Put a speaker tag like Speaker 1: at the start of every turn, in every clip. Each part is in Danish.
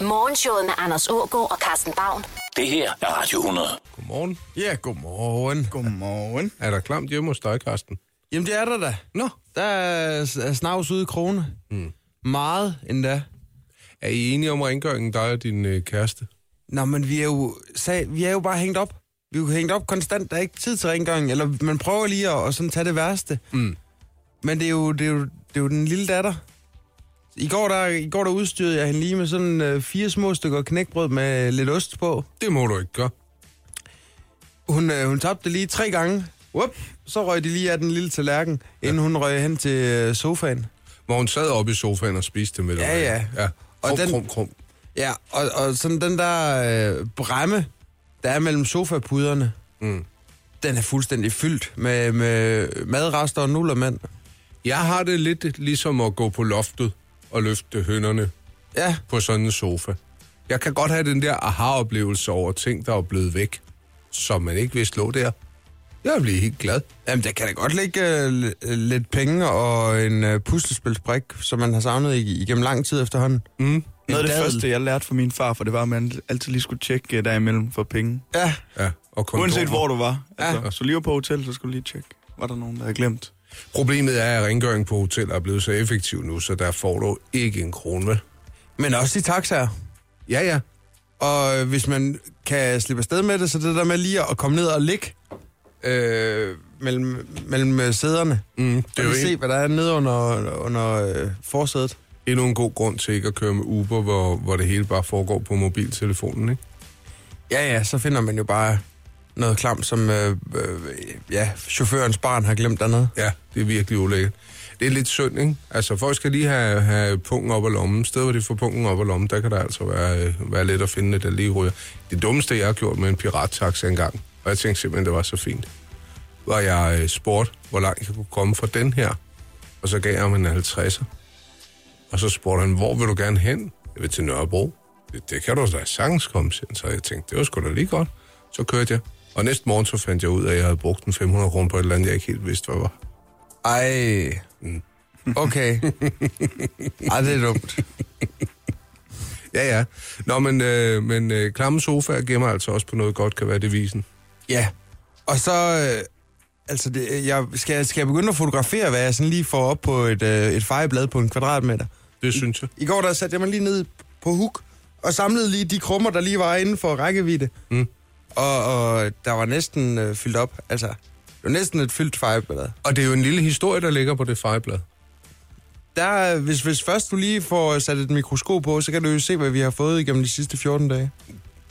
Speaker 1: Morgenshowet med Anders Ågaard og Carsten Baum.
Speaker 2: Det her er Radio 100.
Speaker 3: Godmorgen. Ja, godmorgen.
Speaker 4: Godmorgen.
Speaker 3: Er der klamt hjemme hos dig, Karsten?
Speaker 4: Jamen, det er der da.
Speaker 3: Nå.
Speaker 4: Der er s- er snavs ude i krone. Mm. Meget endda.
Speaker 3: Er I enige om rengøringen, dig og din øh, kæreste?
Speaker 4: Nå, men vi er, jo, sag, vi er jo bare hængt op. Vi er jo hængt op konstant. Der er ikke tid til rengøring. Eller man prøver lige at og sådan tage det værste.
Speaker 3: Mm.
Speaker 4: Men det er, jo, det, er jo, det er jo den lille datter. I går, der, I går der udstyrede jeg hende lige med sådan øh, fire små stykker knækbrød med lidt ost på.
Speaker 3: Det må du ikke gøre.
Speaker 4: Hun, øh, hun tabte lige tre gange. Whoop. Så røg de lige af den lille tallerken, ja. inden hun røg hen til øh, sofaen.
Speaker 3: Hvor hun sad oppe i sofaen og spiste med dig.
Speaker 4: Ja, ja.
Speaker 3: ja. Og
Speaker 4: Og
Speaker 3: krum,
Speaker 4: den-
Speaker 3: den... krum, krum.
Speaker 4: Ja, og, og sådan den der øh, bremme, der er mellem sofapuderne,
Speaker 3: Mm.
Speaker 4: den er fuldstændig fyldt med, med madrester og nullermand.
Speaker 3: Jeg har det lidt ligesom at gå på loftet og løfte hønderne
Speaker 4: Ja,
Speaker 3: på sådan en sofa. Jeg kan godt have den der aha-oplevelse over ting, der er blevet væk, som man ikke vidste lå der. Jeg bliver helt glad.
Speaker 4: jamen der kan da godt ligge øh, l- lidt penge og en øh, puslespilsbrik, som man har savnet ig- igennem lang tid efterhånden.
Speaker 3: Mm.
Speaker 5: Noget af det
Speaker 4: dadel.
Speaker 5: første, jeg lærte fra min far, for det var, at man altid lige skulle tjekke øh, derimellem for penge.
Speaker 4: Ja,
Speaker 3: Ja, og kondomer.
Speaker 5: Uanset hvor du var. Altså, Så lige var på hotel, så skulle du lige tjekke. Var der nogen, der havde glemt?
Speaker 3: Problemet er, at rengøring på hoteller er blevet så effektiv nu, så der får du ikke en krone. vel?
Speaker 4: men også de taxaer.
Speaker 3: Ja, ja.
Speaker 4: Og øh, hvis man kan slippe afsted med det, så det der med lige at komme ned og ligge øh, mellem, mellem øh, sæderne.
Speaker 3: Mm, det
Speaker 4: Det
Speaker 3: er jo
Speaker 4: kan se,
Speaker 3: en,
Speaker 4: hvad der er nede under, under øh, forsædet.
Speaker 3: endnu en god grund til ikke at køre med Uber, hvor, hvor det hele bare foregår på mobiltelefonen, ikke?
Speaker 4: Ja, ja, så finder man jo bare noget klam, som øh, øh, ja, chaufførens barn har glemt dernede.
Speaker 3: Ja, det er virkelig ulækkert. Det er lidt synd, ikke? Altså, folk skal lige have, have pungen op og lommen. Stedet, hvor de får pungen op og lommen, der kan der altså være, øh, være let at finde, der lige ryger. Det dummeste, jeg har gjort med en pirattaxa engang, og jeg tænkte simpelthen, det var så fint, var jeg øh, spurgte, hvor langt jeg kunne komme fra den her. Og så gav jeg ham en 50'er. Og så spurgte han, hvor vil du gerne hen? Jeg vil til Nørrebro. Det, det kan du da sagtens komme til. Så jeg tænkte, det var sgu da lige godt. Så kørte jeg. Og næste morgen så fandt jeg ud af, at jeg havde brugt en 500 kroner på et eller andet, jeg ikke helt vidste, hvad var.
Speaker 4: Ej. Okay. Ej, det er dumt.
Speaker 3: Ja, ja. Nå, men, øh, men øh, klamme sofaer gemmer altså også på noget godt, kan være devisen.
Speaker 4: Ja. Og så... Øh, altså, det, jeg, skal, jeg- skal jeg begynde at fotografere, hvad jeg sådan lige får op på et, øh, et fejeblad på en kvadratmeter?
Speaker 3: Det synes jeg.
Speaker 4: I går der satte jeg mig lige ned på huk og samlede lige de krummer, der lige var inden for rækkevidde.
Speaker 3: Mm.
Speaker 4: Og, og der var næsten øh, fyldt op. Altså, det var næsten et fyldt fejeblad.
Speaker 3: Og det er jo en lille historie, der ligger på det fejeblad.
Speaker 4: Der, hvis, hvis først du lige får sat et mikroskop på, så kan du jo se, hvad vi har fået igennem de sidste 14 dage.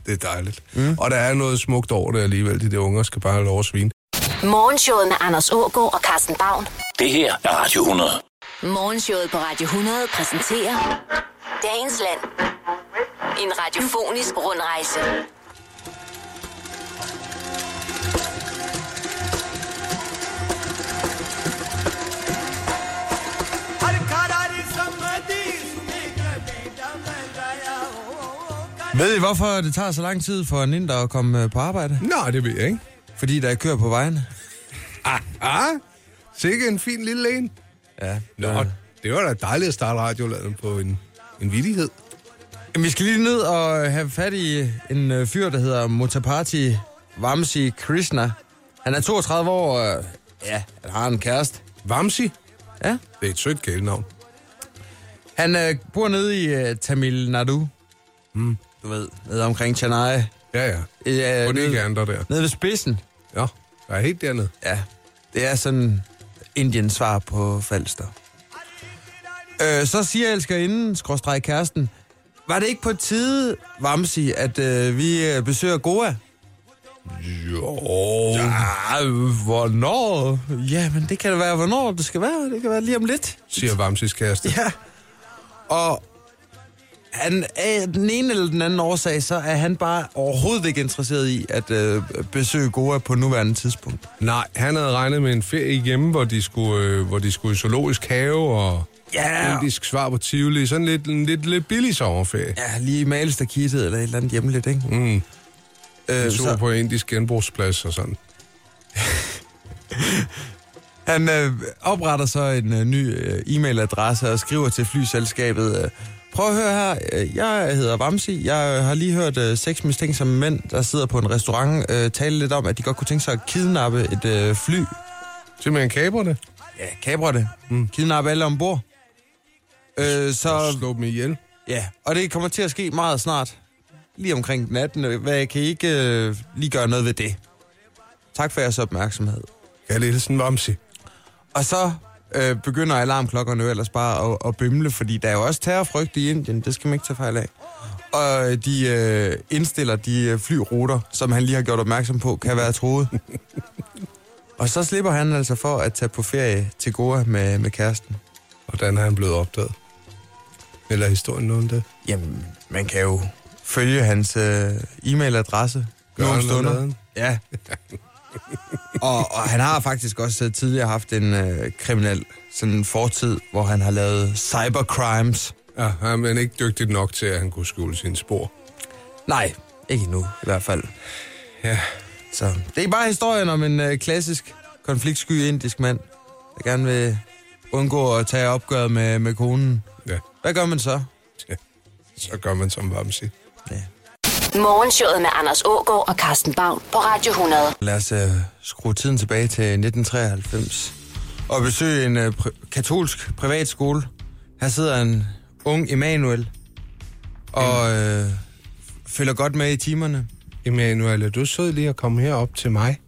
Speaker 3: Det er dejligt. Mm. Og der er noget smukt over det alligevel. De der unger skal bare have lov at svine.
Speaker 1: Morgenshowet med Anders Ågaard og Carsten Baum.
Speaker 2: Det her er Radio 100.
Speaker 1: Morgenshowet på Radio 100 præsenterer Dagens Land. En radiofonisk rundrejse.
Speaker 4: Ved I, hvorfor det tager så lang tid for en inder at komme øh, på arbejde?
Speaker 3: Nej, det ved jeg ikke.
Speaker 4: Fordi der er køer på vejen.
Speaker 3: Ah, sikke en fin lille en.
Speaker 4: Ja.
Speaker 3: Nå, det var da dejligt at starte radioladen på en, en vidighed.
Speaker 4: Jamen, vi skal lige ned og have fat i en øh, fyr, der hedder Motapati Vamsi Krishna. Han er 32 år, og øh, ja, han har en kæreste.
Speaker 3: Vamsi,
Speaker 4: Ja.
Speaker 3: det er et sødt kælenavn.
Speaker 4: Han øh, bor nede i øh, Tamil Nadu. Mm. Du ved, nede omkring Chennai.
Speaker 3: Ja, ja.
Speaker 4: Øh,
Speaker 3: Hvor det
Speaker 4: nede,
Speaker 3: ikke er andre der.
Speaker 4: nede ved spidsen.
Speaker 3: Ja, der er helt dernede.
Speaker 4: Ja, det er sådan Indiens svar på Falster. Øh, så siger elskerinden, skråstreg kæresten, var det ikke på tide, Vamsi, at øh, vi øh, besøger Goa?
Speaker 3: Jo.
Speaker 4: Ah, hvornår? Jamen, det kan da være, hvornår det skal være. Det kan være lige om lidt.
Speaker 3: Siger Vamsis kæreste.
Speaker 4: Ja. Og han, af den ene eller den anden årsag, så er han bare overhovedet ikke interesseret i at øh, besøge Goa på nuværende tidspunkt.
Speaker 3: Nej, han havde regnet med en ferie hjemme, hvor de skulle, øh, hvor de skulle i zoologisk have og
Speaker 4: Ja.
Speaker 3: indisk svar på Tivoli. Sådan lidt, en lidt, lidt billig sommerferie.
Speaker 4: Ja, lige males der kittet eller et eller andet hjemmeligt, ikke?
Speaker 3: Mm,
Speaker 4: Øh,
Speaker 3: en tur
Speaker 4: så
Speaker 3: på indisk genbrugsplads og sådan.
Speaker 4: han øh, opretter så en øh, ny øh, e-mailadresse og skriver til flyselskabet, øh, Prøv at høre her. Øh, Jeg hedder Vamsi. Jeg øh, har lige hørt øh, seks mistænksomme mænd, der sidder på en restaurant, øh, tale lidt om, at de godt kunne tænke sig at kidnappe et øh, fly.
Speaker 3: Simpelthen kaber det.
Speaker 4: Ja, kabre det. Mm. Kidnappe alle ombord. Øh,
Speaker 3: Og
Speaker 4: så
Speaker 3: slå dem ihjel.
Speaker 4: ja, og det kommer til at ske meget snart. Lige omkring den 18. Hvad kan I ikke øh, lige gøre noget ved det? Tak for jeres opmærksomhed.
Speaker 3: Kalle Hilsen Vamsi.
Speaker 4: Og så øh, begynder alarmklokkerne jo ellers bare at, at bimle, fordi der er jo også terrorfrygt i Indien, det skal man ikke tage fejl af. Og øh, de øh, indstiller de øh, flyruter, som han lige har gjort opmærksom på, kan være troet. Og så slipper han altså for at tage på ferie til Goa med, med kæresten.
Speaker 3: Hvordan er han blevet opdaget? Eller historien noget om det?
Speaker 4: Jamen, man kan jo følge hans øh, e-mailadresse
Speaker 3: Gør
Speaker 4: nogle
Speaker 3: han noget
Speaker 4: stunder.
Speaker 3: andet?
Speaker 4: Ja. og, og han har faktisk også øh, tidligere haft en øh, kriminel sådan en fortid, hvor han har lavet cybercrimes.
Speaker 3: Ja, han er ikke dygtig nok til, at han kunne skjule sine spor.
Speaker 4: Nej, ikke nu i hvert fald.
Speaker 3: Ja.
Speaker 4: Så det er bare historien om en øh, klassisk konfliktsky indisk mand, der gerne vil undgå at tage opgøret med, med konen.
Speaker 3: Ja,
Speaker 4: Hvad gør man så?
Speaker 3: så gør man som Vamsi.
Speaker 4: Ja.
Speaker 1: Morgenshowet med Anders Ågaard og Carsten Baum på Radio 100.
Speaker 4: Lad os øh, skrue tiden tilbage til 1993 og besøge en øh, pri- katolsk privatskole. Her sidder en ung Emanuel og øh, følger godt med i timerne.
Speaker 3: Emanuel, er du sød lige at komme herop til mig?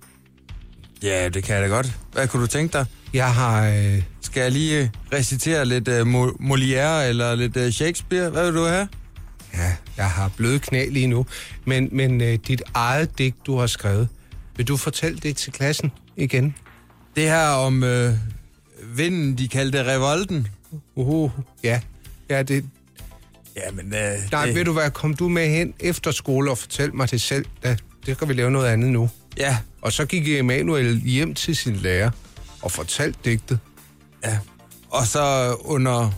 Speaker 4: Ja, det kan jeg da godt. Hvad kunne du tænke dig?
Speaker 3: Jeg har... Øh,
Speaker 4: Skal jeg lige øh, recitere lidt øh, Mo- Molière eller lidt øh, Shakespeare? Hvad vil du have?
Speaker 3: ja, jeg har bløde knæ lige nu. Men, men øh, dit eget digt, du har skrevet, vil du fortælle det til klassen igen?
Speaker 4: Det her om øh, vinden, de kaldte revolten.
Speaker 3: Uhu, ja. Ja, det,
Speaker 4: Jamen, øh,
Speaker 3: nej,
Speaker 4: det,
Speaker 3: ved du hvad, kom du med hen efter skole og fortæl mig det selv. Da, det kan vi lave noget andet nu.
Speaker 4: Ja,
Speaker 3: Og så gik Emanuel hjem til sin lærer og fortalte digtet.
Speaker 4: Ja. Og så under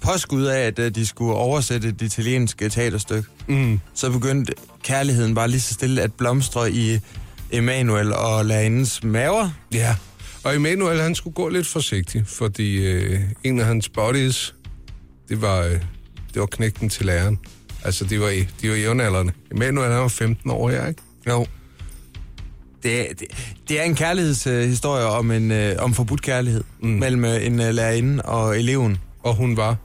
Speaker 4: påskud af, at øh, de skulle oversætte det italienske teaterstykke, mm. så begyndte kærligheden bare lige så stille at blomstre i Emanuel og Lærerindens maver.
Speaker 3: Ja. Og Emanuel, han skulle gå lidt forsigtigt, fordi øh, en af hans buddies, det var, øh, det var knægten til læreren. Altså, de var, i- de var jævnaldrende. Emanuel, han var 15 år her, ikke?
Speaker 4: Jo. Det, er- det, det er en kærlighedshistorie om en øh, om forbudt kærlighed mm. mellem øh, en øh, lærerinde og eleven.
Speaker 3: Og hun var.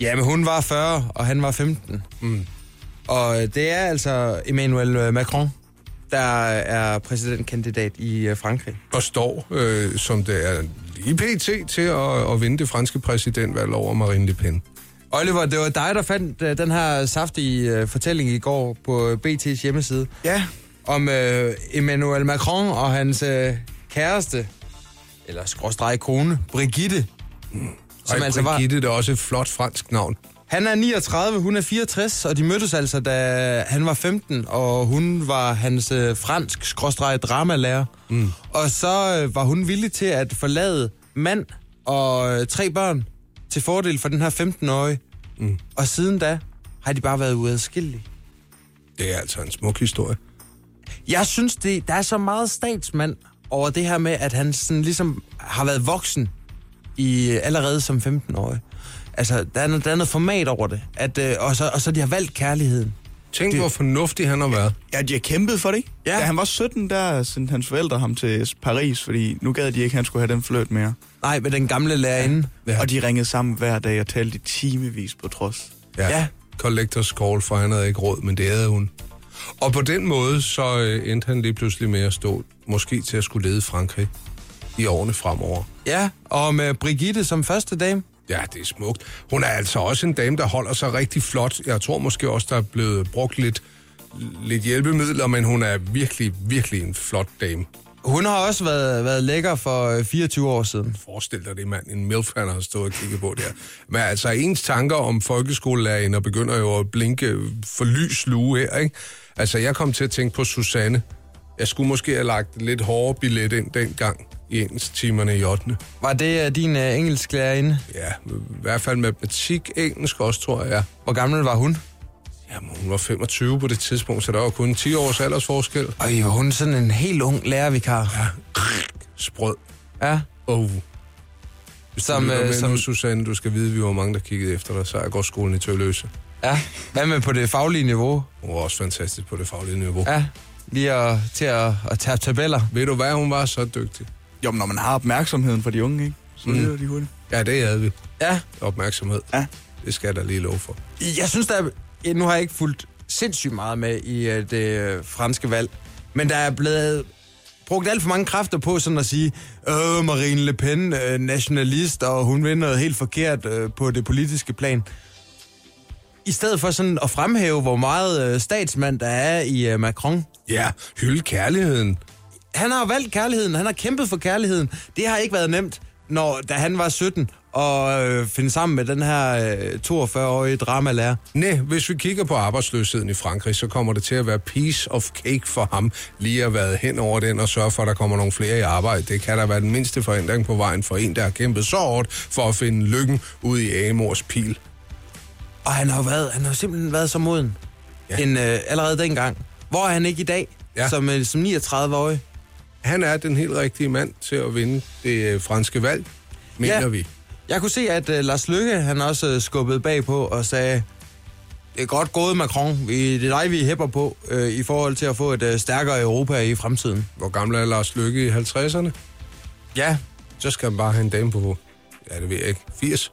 Speaker 4: Ja, men hun var 40, og han var 15. Mm. Og øh, det er altså Emmanuel øh, Macron, der er præsidentkandidat i øh, Frankrig.
Speaker 3: Og står, øh, som det er lige pt. til at, at vinde det franske præsidentvalg over Marine Le Pen.
Speaker 4: Oliver, det var dig, der fandt øh, den her saftige øh, fortælling i går på øh, BT's hjemmeside
Speaker 5: Ja.
Speaker 4: om øh, Emmanuel Macron og hans øh, kæreste, eller skråstreg kone, Brigitte. Som
Speaker 3: Ej,
Speaker 4: altså var,
Speaker 3: Brigitte, det er også et flot fransk navn.
Speaker 4: han er 39, hun er 64, og de mødtes altså, da han var 15, og hun var hans øh, fransk skråstreg dramalærer. Mm. Og så øh, var hun villig til at forlade mand og øh, tre børn til fordel for den her 15-årige. Mm. Og siden da har de bare været uadskillelige.
Speaker 3: Det er altså en smuk historie.
Speaker 4: Jeg synes, det, der er så meget statsmand over det her med, at han sådan ligesom har været voksen i, øh, allerede som 15-årig. Altså, der er, noget- der er noget format over det, at, øh, og, så, og så de har valgt kærligheden.
Speaker 3: Tænk,
Speaker 4: Det-
Speaker 3: det... hvor fornuftig han har været.
Speaker 5: Ja, de har kæmpet for det, ikke?
Speaker 4: Ja.
Speaker 5: Da han var 17, der sendte hans forældre ham til Paris, fordi nu gad de ikke, at han skulle have den fløjt mere.
Speaker 4: Nej, med den gamle lærerinde.
Speaker 5: Ja. Og de ringede sammen hver dag og talte i timevis på trods.
Speaker 4: Ja.
Speaker 3: Collectors call, for han havde ikke råd, men det havde hun. Og på den måde, så øh, endte han lige pludselig med at stå, måske til at skulle lede Frankrig i årene fremover.
Speaker 4: Ja, og med Brigitte som første dame.
Speaker 3: Ja, det er smukt. Hun er altså også en dame, der holder sig rigtig flot. Jeg tror måske også, der er blevet brugt lidt, lidt hjælpemidler, men hun er virkelig, virkelig en flot dame.
Speaker 4: Hun har også været, været lækker for øh, 24 år siden.
Speaker 3: Forestil dig det, mand. En milf, han har stået og kigget på der. Men altså, ens tanker om folkeskolelærerinder begynder jo at blinke for lys lue her, ikke? Altså, jeg kom til at tænke på Susanne. Jeg skulle måske have lagt en lidt hårdere billet ind dengang i ens timerne i 8.
Speaker 4: Var det øh, din øh, engelsk lærerinde?
Speaker 3: Ja, i hvert fald matematik, engelsk også, tror jeg.
Speaker 4: Hvor gammel var hun?
Speaker 3: Jamen, hun var 25 på det tidspunkt, så der var kun 10 års aldersforskel.
Speaker 4: Og var hun sådan en helt ung lærervikar.
Speaker 3: Sprød.
Speaker 4: Ja.
Speaker 3: Oh.
Speaker 4: Som,
Speaker 3: øh,
Speaker 4: øh,
Speaker 3: som...
Speaker 4: som,
Speaker 3: Nu, Susanne, du skal vide, vi var mange, der kiggede efter dig, så jeg går skolen i Tøvløse.
Speaker 4: ja, hvad med på det faglige niveau?
Speaker 3: Hun var også fantastisk på det faglige niveau. Ja.
Speaker 4: Ja, lige at, til at, at tage tabeller.
Speaker 3: Ved du hvad, hun var så dygtig.
Speaker 5: Jo, men når man har opmærksomheden for de unge, ikke? Så mm. lyder de hurtigt.
Speaker 3: Ja, det havde vi.
Speaker 4: Ja,
Speaker 3: Opmærksomhed.
Speaker 5: Ja.
Speaker 3: Det skal jeg da lige love for.
Speaker 4: Jeg synes, der er, ja, nu har jeg ikke fulgt sindssygt meget med i øh, det øh, franske valg, men der er blevet brugt alt for mange kræfter på sådan at sige, øh, Marine Le Pen, øh, nationalist, og hun vil noget helt forkert øh, på det politiske plan. I stedet for sådan at fremhæve, hvor meget øh, statsmand der er i øh, Macron.
Speaker 3: Ja, hylde kærligheden.
Speaker 4: Han har valgt kærligheden, han har kæmpet for kærligheden. Det har ikke været nemt, når da han var 17, og øh, finde sammen med den her øh, 42-årige dramalærer.
Speaker 3: Nej, hvis vi kigger på arbejdsløsheden i Frankrig, så kommer det til at være piece of cake for ham lige at være hen over den og sørge for, at der kommer nogle flere i arbejde. Det kan der være den mindste forhindring på vejen for en, der har kæmpet så hårdt for at finde lykken ud i Amors pil.
Speaker 4: Og han har jo været, han har jo simpelthen været så moden.
Speaker 3: Ja.
Speaker 4: Ja. End, øh, allerede dengang. Hvor er han ikke i dag?
Speaker 3: Ja.
Speaker 4: Ja. Som, øh, som 39-årig.
Speaker 3: Han er den helt rigtige mand til at vinde det øh, franske valg, mener
Speaker 4: Ja.
Speaker 3: vi.
Speaker 4: Jeg kunne se, at øh, Lars Lykke, han også øh, skubbede bagpå og sagde, det er godt gået, Macron. Vi, det er dig, vi hæpper på øh, i forhold til at få et øh, stærkere Europa i fremtiden.
Speaker 3: Hvor gammel er Lars Lykke i 50'erne?
Speaker 4: Ja,
Speaker 3: Så skal han bare have en dame på, ja, det ved jeg ikke, 80.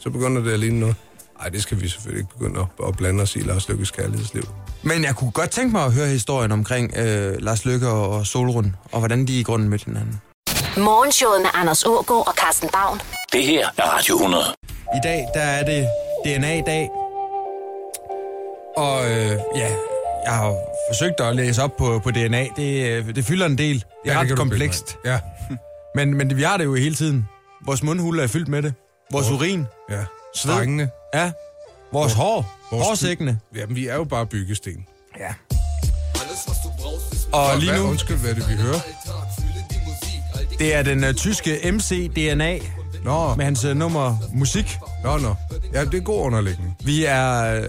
Speaker 3: Så begynder det at ligne noget. Nej, det skal vi selvfølgelig ikke begynde at, at blande os i Lars Lykkes kærlighedsliv.
Speaker 4: men jeg kunne godt tænke mig at høre historien omkring øh, Lars Lykke og, og Solrun, og hvordan de i grunden mødte hinanden.
Speaker 1: Morgenshowet med Anders Ågaard og Carsten Baum.
Speaker 2: Det her er Radio 100.
Speaker 4: I dag, der er det DNA-dag. Og øh, ja, jeg har jo forsøgt at læse op på, på DNA. Det, øh, det fylder en del. Det er
Speaker 3: Ja,
Speaker 4: ja, ret
Speaker 3: kan du
Speaker 4: komplekst.
Speaker 3: bilde mig ind.
Speaker 4: Men, men vi har det jo hele tiden. Vores mundhuller er fyldt med det. Vores urin.
Speaker 3: Ja, ja.
Speaker 4: Sved.
Speaker 3: Strengene.
Speaker 4: Ja. Vores hår.
Speaker 3: Vores
Speaker 4: Hårsækkene.
Speaker 3: Jamen, vi er jo bare byggesten.
Speaker 4: Ja. Og lige
Speaker 3: Hvad,
Speaker 4: nu,
Speaker 3: undskyld, hvad er det, vi hører?
Speaker 4: det er den uh, tyske MC DNA
Speaker 3: Nå,
Speaker 4: med hans uh, nummer musik.
Speaker 3: nå, nå. Ja, det er god underlægning.
Speaker 4: Vi er øh,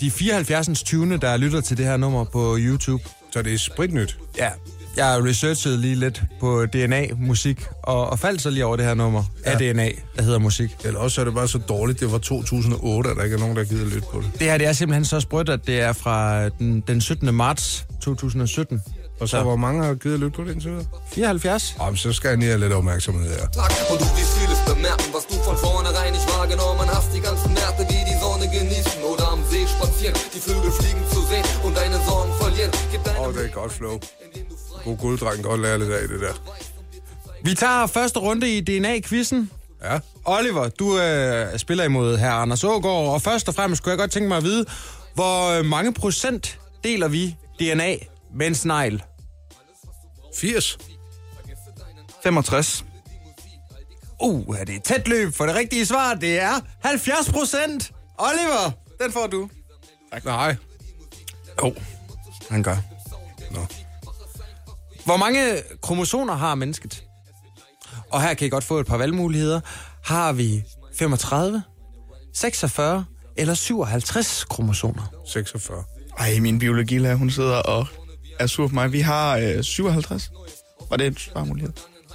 Speaker 4: de 74. 20. der lytter til det her nummer på YouTube.
Speaker 3: Så det er spritnyt.
Speaker 4: Ja, jeg har researchet lige lidt på DNA-musik, og, og faldt så lige over det her nummer ja. af DNA, der hedder musik.
Speaker 3: Eller også er det bare så dårligt, det var 2008, at der ikke er nogen, der gider lytte på det.
Speaker 4: Det her, det er simpelthen så sprødt, at det er fra den, den 17. marts 2017.
Speaker 3: Og så,
Speaker 4: Ja.
Speaker 3: hvor mange har givet lytte på det indtil videre?
Speaker 4: 74?
Speaker 3: Jamen, så skal jeg lige have lidt opmærksomhed her.
Speaker 6: Tag und du wirst vieles bemerken, was du von vornherein nicht wahrgenommen hast. Die ganzen Märkte, die die Sonne genießen oder am See spazieren, die Vögel fliegen zu sehen und deine Sorgen verlieren. Gib deinem
Speaker 3: Åh, oh, det er et godt flow. God gulddreng, godt lære lidt af det der.
Speaker 4: Vi tager første runde i DNA-quizzen.
Speaker 3: Ja,
Speaker 4: Oliver, du øh, spiller imod her Anders Ågaard, og først og fremmest kunne jeg godt tænke mig at vide, hvor øh, mange procent deler vi DNA med en snegl?
Speaker 3: 80.
Speaker 5: 65.
Speaker 4: Uh, er det et tæt løb for det rigtige svar? Det er 70 procent! Oliver, den får du.
Speaker 3: Nej.
Speaker 4: Jo, han gør.
Speaker 3: Nå.
Speaker 4: Hvor mange kromosomer har mennesket? Og her kan I godt få et par valgmuligheder. Har vi 35, 46 eller 57 kromosomer?
Speaker 3: 46.
Speaker 5: Ej, min biologilærer, hun sidder og er sur på mig. Vi har øh, 57. Var det en svarmulighed?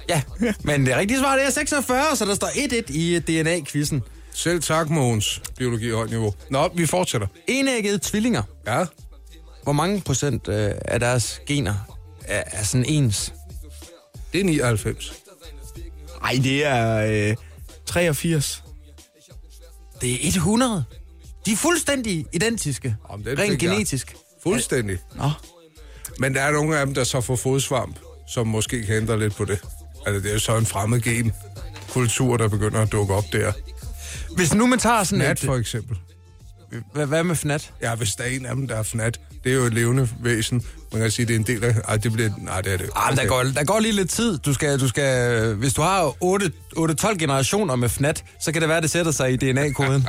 Speaker 4: Ja, men det rigtige svar det er 46, så der står 1-1 i DNA-quizzen.
Speaker 3: Selv tak, Mogens. Biologi højt niveau. Nå, vi fortsætter.
Speaker 4: Enæggede tvillinger.
Speaker 3: Ja.
Speaker 4: Hvor mange procent øh, af deres gener er, er sådan ens?
Speaker 3: Det er 99.
Speaker 5: Ej, det er øh, 83.
Speaker 4: Det er 100. De er fuldstændig identiske.
Speaker 3: Jamen, den
Speaker 4: rent
Speaker 3: fik jeg.
Speaker 4: genetisk.
Speaker 3: Fuldstændig.
Speaker 5: Nå.
Speaker 3: Men der er nogle af dem, der så får fodsvamp, som måske kan ændre lidt på det. Altså, det er jo så en fremmed gen kultur, der begynder at dukke op der.
Speaker 4: Hvis nu man tager sådan
Speaker 3: Fnat
Speaker 4: et...
Speaker 3: for eksempel.
Speaker 4: Hvad, hvad med fnat?
Speaker 3: Ja, hvis der er en af dem, der er fnat, det er jo et levende væsen. Man kan sige, det er en del af... Ej, det bliver... Nej, det er det. jo.
Speaker 4: Ah, men der, går, der går lige lidt tid. Du skal, du skal, hvis du har 8-12 generationer med fnat, så kan det være, det sætter sig i DNA-koden.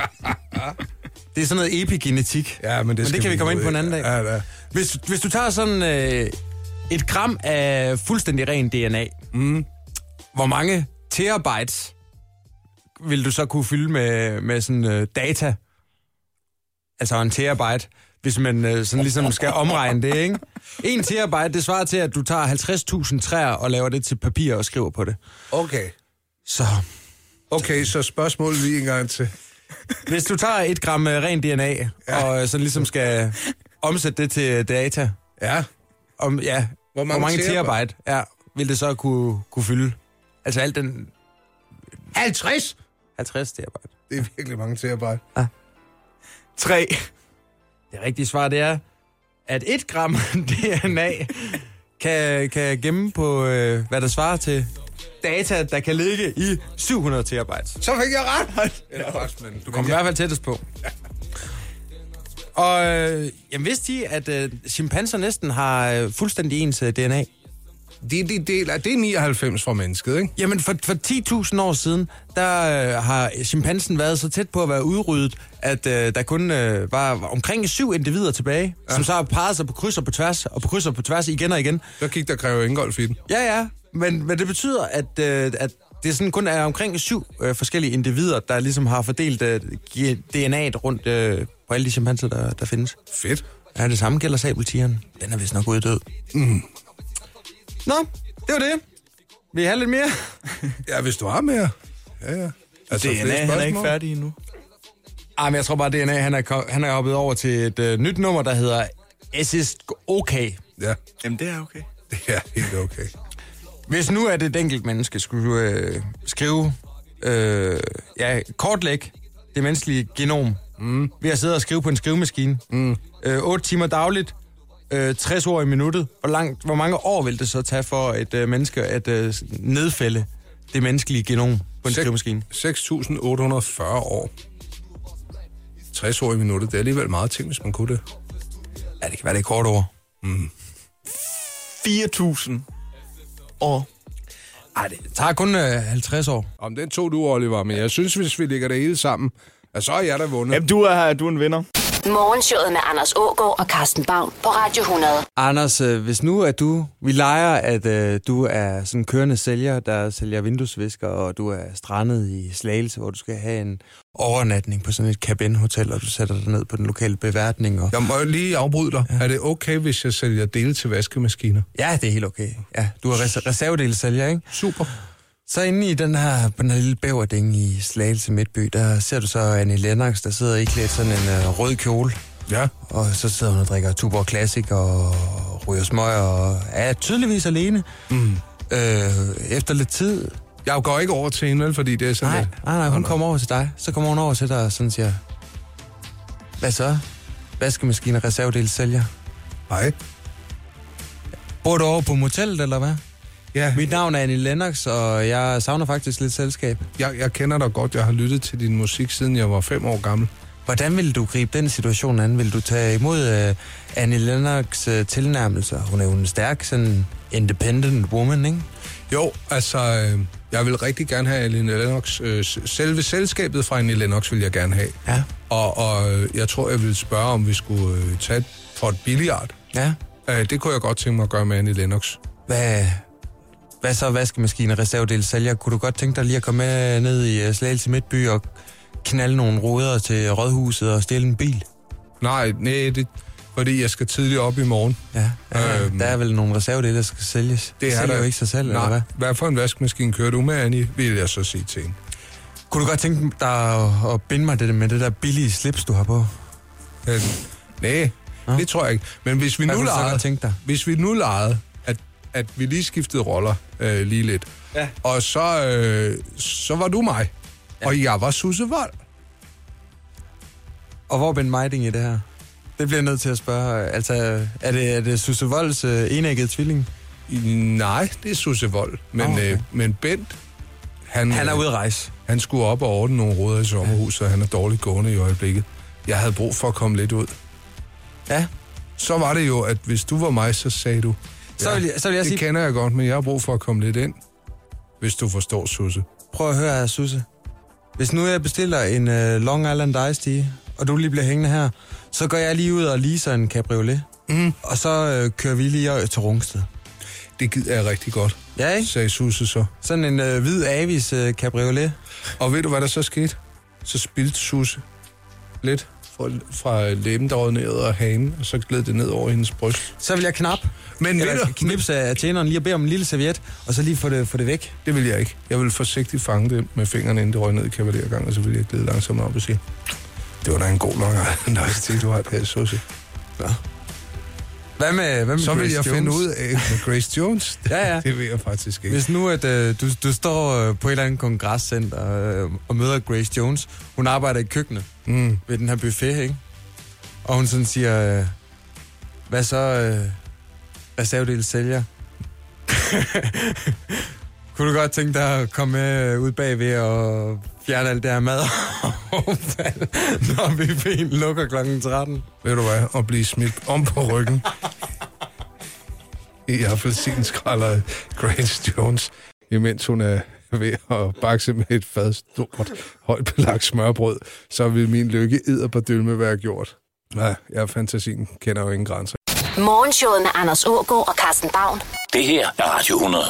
Speaker 4: det er sådan noget epigenetik.
Speaker 3: Ja, men det,
Speaker 4: men
Speaker 3: skal
Speaker 4: det kan vi komme
Speaker 3: ud
Speaker 4: ind på en
Speaker 3: i.
Speaker 4: anden dag.
Speaker 3: Ja, ja.
Speaker 4: Hvis, hvis du tager sådan øh, et gram af fuldstændig ren DNA, mm. hvor mange terabytes vil du så kunne fylde med, med sådan øh, data? Altså en terabyte, hvis man øh, sådan ligesom skal omregne det, ikke? En terabyte, det svarer til, at du tager 50.000 træer og laver det til papir og skriver på det.
Speaker 3: Okay.
Speaker 4: Så
Speaker 3: Okay, så spørgsmål lige en gang til.
Speaker 4: Hvis du tager et gram øh, ren DNA, ja. og øh, så ligesom skal omsætte det til data,
Speaker 3: Ja,
Speaker 4: om, ja,
Speaker 3: Hvor mange
Speaker 4: hvor mange
Speaker 3: terabyte?
Speaker 4: terabyte ja, vil det så kunne, kunne fylde? Altså alt den
Speaker 3: 50!
Speaker 4: 50 terabyte.
Speaker 3: Det er virkelig mange terabyte.
Speaker 5: 3.
Speaker 4: Det rigtige svar, det er, at et gram DNA kan, kan gemme på, øh, hvad der svarer til data, der kan ligge i 700 terabyte.
Speaker 3: Så fik jeg ret! Eller faktisk, men du
Speaker 4: Kom i
Speaker 3: kommer
Speaker 4: hvert fald tættest på. Og øh, jamen, vidste I, at øh, chimpanser næsten har øh, fuldstændig ens øh, DNA?
Speaker 3: Det, er det, del af, det er 99 fra mennesket, ikke?
Speaker 4: Jamen, for, for 10.000 år siden, der øh, har chimpansen været så tæt på at være udryddet, at øh, der kun øh, var omkring syv individer tilbage, ja. som så har parret sig på kryds og på tværs, og på kryds og på tværs igen og igen.
Speaker 3: Så gik der Greve Ingolf i den.
Speaker 4: Ja, ja, men, men det betyder, at, øh, at det sådan kun er omkring syv øh, forskellige individer, der ligesom har fordelt øh, ge- DNA'et rundt øh, på alle de chimpanser, der, der findes.
Speaker 3: Fedt.
Speaker 4: Ja, det samme gælder sabeltigeren. Den er vist nok uddød. Mm. Nå, det var det. Vil I have lidt mere?
Speaker 3: Ja, hvis du har mere. Ja, ja. Altså,
Speaker 5: DNA,
Speaker 3: flere
Speaker 5: han er ikke
Speaker 3: spørgsmål.
Speaker 5: færdig endnu.
Speaker 4: Ej, Ah, men jeg tror bare, at DNA han er, kom- han er hoppet over til et øh, nyt nummer, der hedder Es ist okay.
Speaker 3: Ja,
Speaker 5: Jamen, det er okay.
Speaker 3: det er helt okay.
Speaker 4: Hvis nu er det et enkelt menneske, skulle du øh, skrive, øh, ja, kortlæg det menneskelige genom, mm. ved at sidde og skrive på en skrivemaskine. Mm. Øh, 8 timer dagligt, øh, 60 ord i minuttet. Hvor, langt, hvor mange år vil det så tage for et øh, menneske at øh, nedfælde det menneskelige genom på
Speaker 3: Sek-
Speaker 4: en skrivemaskine?
Speaker 3: 6.840 år. 60 år i minuttet, det er alligevel meget ting, hvis man kunne det.
Speaker 4: Ja, det kan være det er kort ord.
Speaker 5: 4.000 år.
Speaker 4: Nej, det tager kun øh, 50 år.
Speaker 3: Om den tog du, Oliver, men jeg synes, hvis vi lægger det hele sammen, at så er jeg der vundet.
Speaker 5: Jamen, du er, du er en vinder.
Speaker 1: Morgenshowet med Anders Ågaard og Carsten Baum på Radio 100.
Speaker 4: Anders, øh, hvis nu at du, vi leger, at øh, du er sådan en kørende sælger, der sælger vinduesvisker, og du er strandet i Slagelse, hvor du skal have en overnatning på sådan et cabin-hotel, og du sætter dig ned på den lokale beværtning. Og...
Speaker 3: Jeg må lige afbryde dig. Ja. Er det okay, hvis jeg sælger dele til vaskemaskiner?
Speaker 4: Ja, det er helt okay. Ja, du er res- reservedelssælger, ikke?
Speaker 3: Super.
Speaker 4: Så inde i den her, på den her lille bæverding i Slagelse Midtby, der ser du så Annie Lennox, der sidder iklædt sådan en øh, rød kjole.
Speaker 3: Ja.
Speaker 4: Og så sidder hun og drikker Tuborg Classic og ryger smøger og er tydeligvis alene. Mm. Øh, efter lidt tid...
Speaker 3: Jeg går ikke over til hende, vel, fordi det er sådan
Speaker 4: Nej,
Speaker 3: lidt.
Speaker 4: nej, nej, hun kommer over til dig. Så kommer hun over til dig og sådan siger... Hvad så? Vaskemaskine reservedel sælger.
Speaker 3: Hej.
Speaker 4: Bor du over på motellet, eller hvad?
Speaker 3: Ja,
Speaker 4: Mit navn er Annie Lennox, og jeg savner faktisk lidt selskab.
Speaker 3: jeg, jeg kender dig godt. Jeg har lyttet til din musik, siden jeg var fem år gammel.
Speaker 4: Hvordan ville du gribe den situation an? Vil du tage imod øh, Annie Lennox øh, tilnærmelser? Hun er jo en stærk, sådan independent woman, ikke?
Speaker 3: Jo, altså, øh, jeg vil rigtig gerne have Aline Lennox. Øh, s- selve selskabet fra Aline Lennox vil jeg gerne have.
Speaker 4: Ja.
Speaker 3: Og, og øh, jeg tror, jeg ville spørge, om vi skulle øh, tage for et billiard.
Speaker 4: Ja.
Speaker 3: Øh, det kunne jeg godt tænke mig at gøre med Annie Lennox.
Speaker 4: Hvad, hvad så vaskemaskine, reservedel, sælger? Kunne du godt tænke dig lige at komme med ned i øh, Slagelse Midtby og knalde nogle ruder til rådhuset og stjæle en bil?
Speaker 3: Nej, nej, det, fordi jeg skal tidligt op i morgen.
Speaker 4: Ja, ja
Speaker 3: Øhm.
Speaker 4: øhm, der er vel nogle reservedele, der skal sælges. Det sælger jo ikke sig selv,
Speaker 3: Nej.
Speaker 4: eller hvad?
Speaker 3: Hvad for en vaskemaskine kører du med, Annie, vil jeg så sige til hende.
Speaker 4: Kunne du godt tænke dig at, at binde mig det der med det der billige slips, du har på?
Speaker 3: Øh, nej,
Speaker 4: Nå.
Speaker 3: det tror jeg ikke. Men hvis vi
Speaker 4: Hvad
Speaker 3: nu
Speaker 4: kunne du så godt
Speaker 3: lejede,
Speaker 4: tænke dig?
Speaker 3: hvis vi nu lejede, at, at vi lige skiftede roller øh, lige lidt, ja. og så, øh, så var du mig, ja. og jeg var Susse Vold.
Speaker 4: Og hvor er Ben Meiding i det her? Det bliver jeg nødt til at spørge. Altså, er det, er det Susse Volds øh, enæggede tvilling?
Speaker 3: Nej, det er Susse Vold. Men, oh,
Speaker 4: Nå, okay.
Speaker 3: okay. øh, men Bent, han,
Speaker 4: Han er
Speaker 3: øh,
Speaker 4: ude at rejse.
Speaker 3: han skulle op og ordne nogle råder i sommerhuset, og han er dårligt gående i øjeblikket. Jeg havde brug for at komme lidt ud.
Speaker 4: Ja.
Speaker 3: Så var det jo, at hvis du var mig, så sagde du,
Speaker 4: Så vil jeg, så vil jeg
Speaker 3: det
Speaker 4: sige,
Speaker 3: kender jeg godt, men jeg har brug for at komme lidt ind, hvis du forstår, Susse.
Speaker 4: Prøv at høre her, Susse. Hvis nu jeg bestiller en uh, Long Island Iced Tea, og du lige bliver hængende her, så går jeg lige ud og leaser en cabriolet. Mm. Og så uh, kører vi lige øh, til Rungsted.
Speaker 3: Det gider jeg rigtig godt,
Speaker 4: Ja, ikke?
Speaker 3: sagde Susse så.
Speaker 4: Sådan en uh, hvid Avis uh, cabriolet.
Speaker 3: Og ved du, hvad der så skete? Så spildte Susse lidt fra, fra læben, der rød ned og hagen, og så gled det ned over hendes bryst.
Speaker 4: Så vil jeg knap.
Speaker 3: Men ved
Speaker 4: Eller
Speaker 3: du-
Speaker 4: knipse af tjeneren lige og bede om en lille serviet, og så lige få det, få det væk.
Speaker 3: Det vil jeg ikke. Jeg vil forsigtigt fange det med fingrene, inden det røg ned i kavalergangen, og så vil jeg glide langsomt op og sige, det var da en god nok nice til, du har der, Susie.
Speaker 4: Hvad med, hvad med
Speaker 3: Så vil
Speaker 4: Mm. Grace
Speaker 3: jeg
Speaker 4: Jones?
Speaker 3: finde ud af med Grace Jones.
Speaker 4: Ja, ja.
Speaker 3: Det ved jeg faktisk ikke.
Speaker 4: Hvis nu, at øh, du, du står øh, på et eller andet kongresscenter øh, og møder Grace Jones, hun arbejder i køkkenet
Speaker 3: Mm.
Speaker 4: ved den her buffet, ikke? Og hun sådan siger, øh, hvad så, øh, reservedel sælger? Kunne du godt tænke dig at komme med øh, ud bagved og fjerne alt det her mad, når buffeten lukker klokken 13?
Speaker 3: Ved du hvad? Og blive smidt om på ryggen. I appelsinskralder Grace Jones, imens hun er ved at bakse med et fad stort, højt belagt smørbrød, så vil min lykke edderberdølme være gjort. Nej, jeg fantasien kender jo ingen grænser.
Speaker 1: Morgenshowet med Anders Ågaard og Carsten Baum.
Speaker 2: Det her er Radio 100.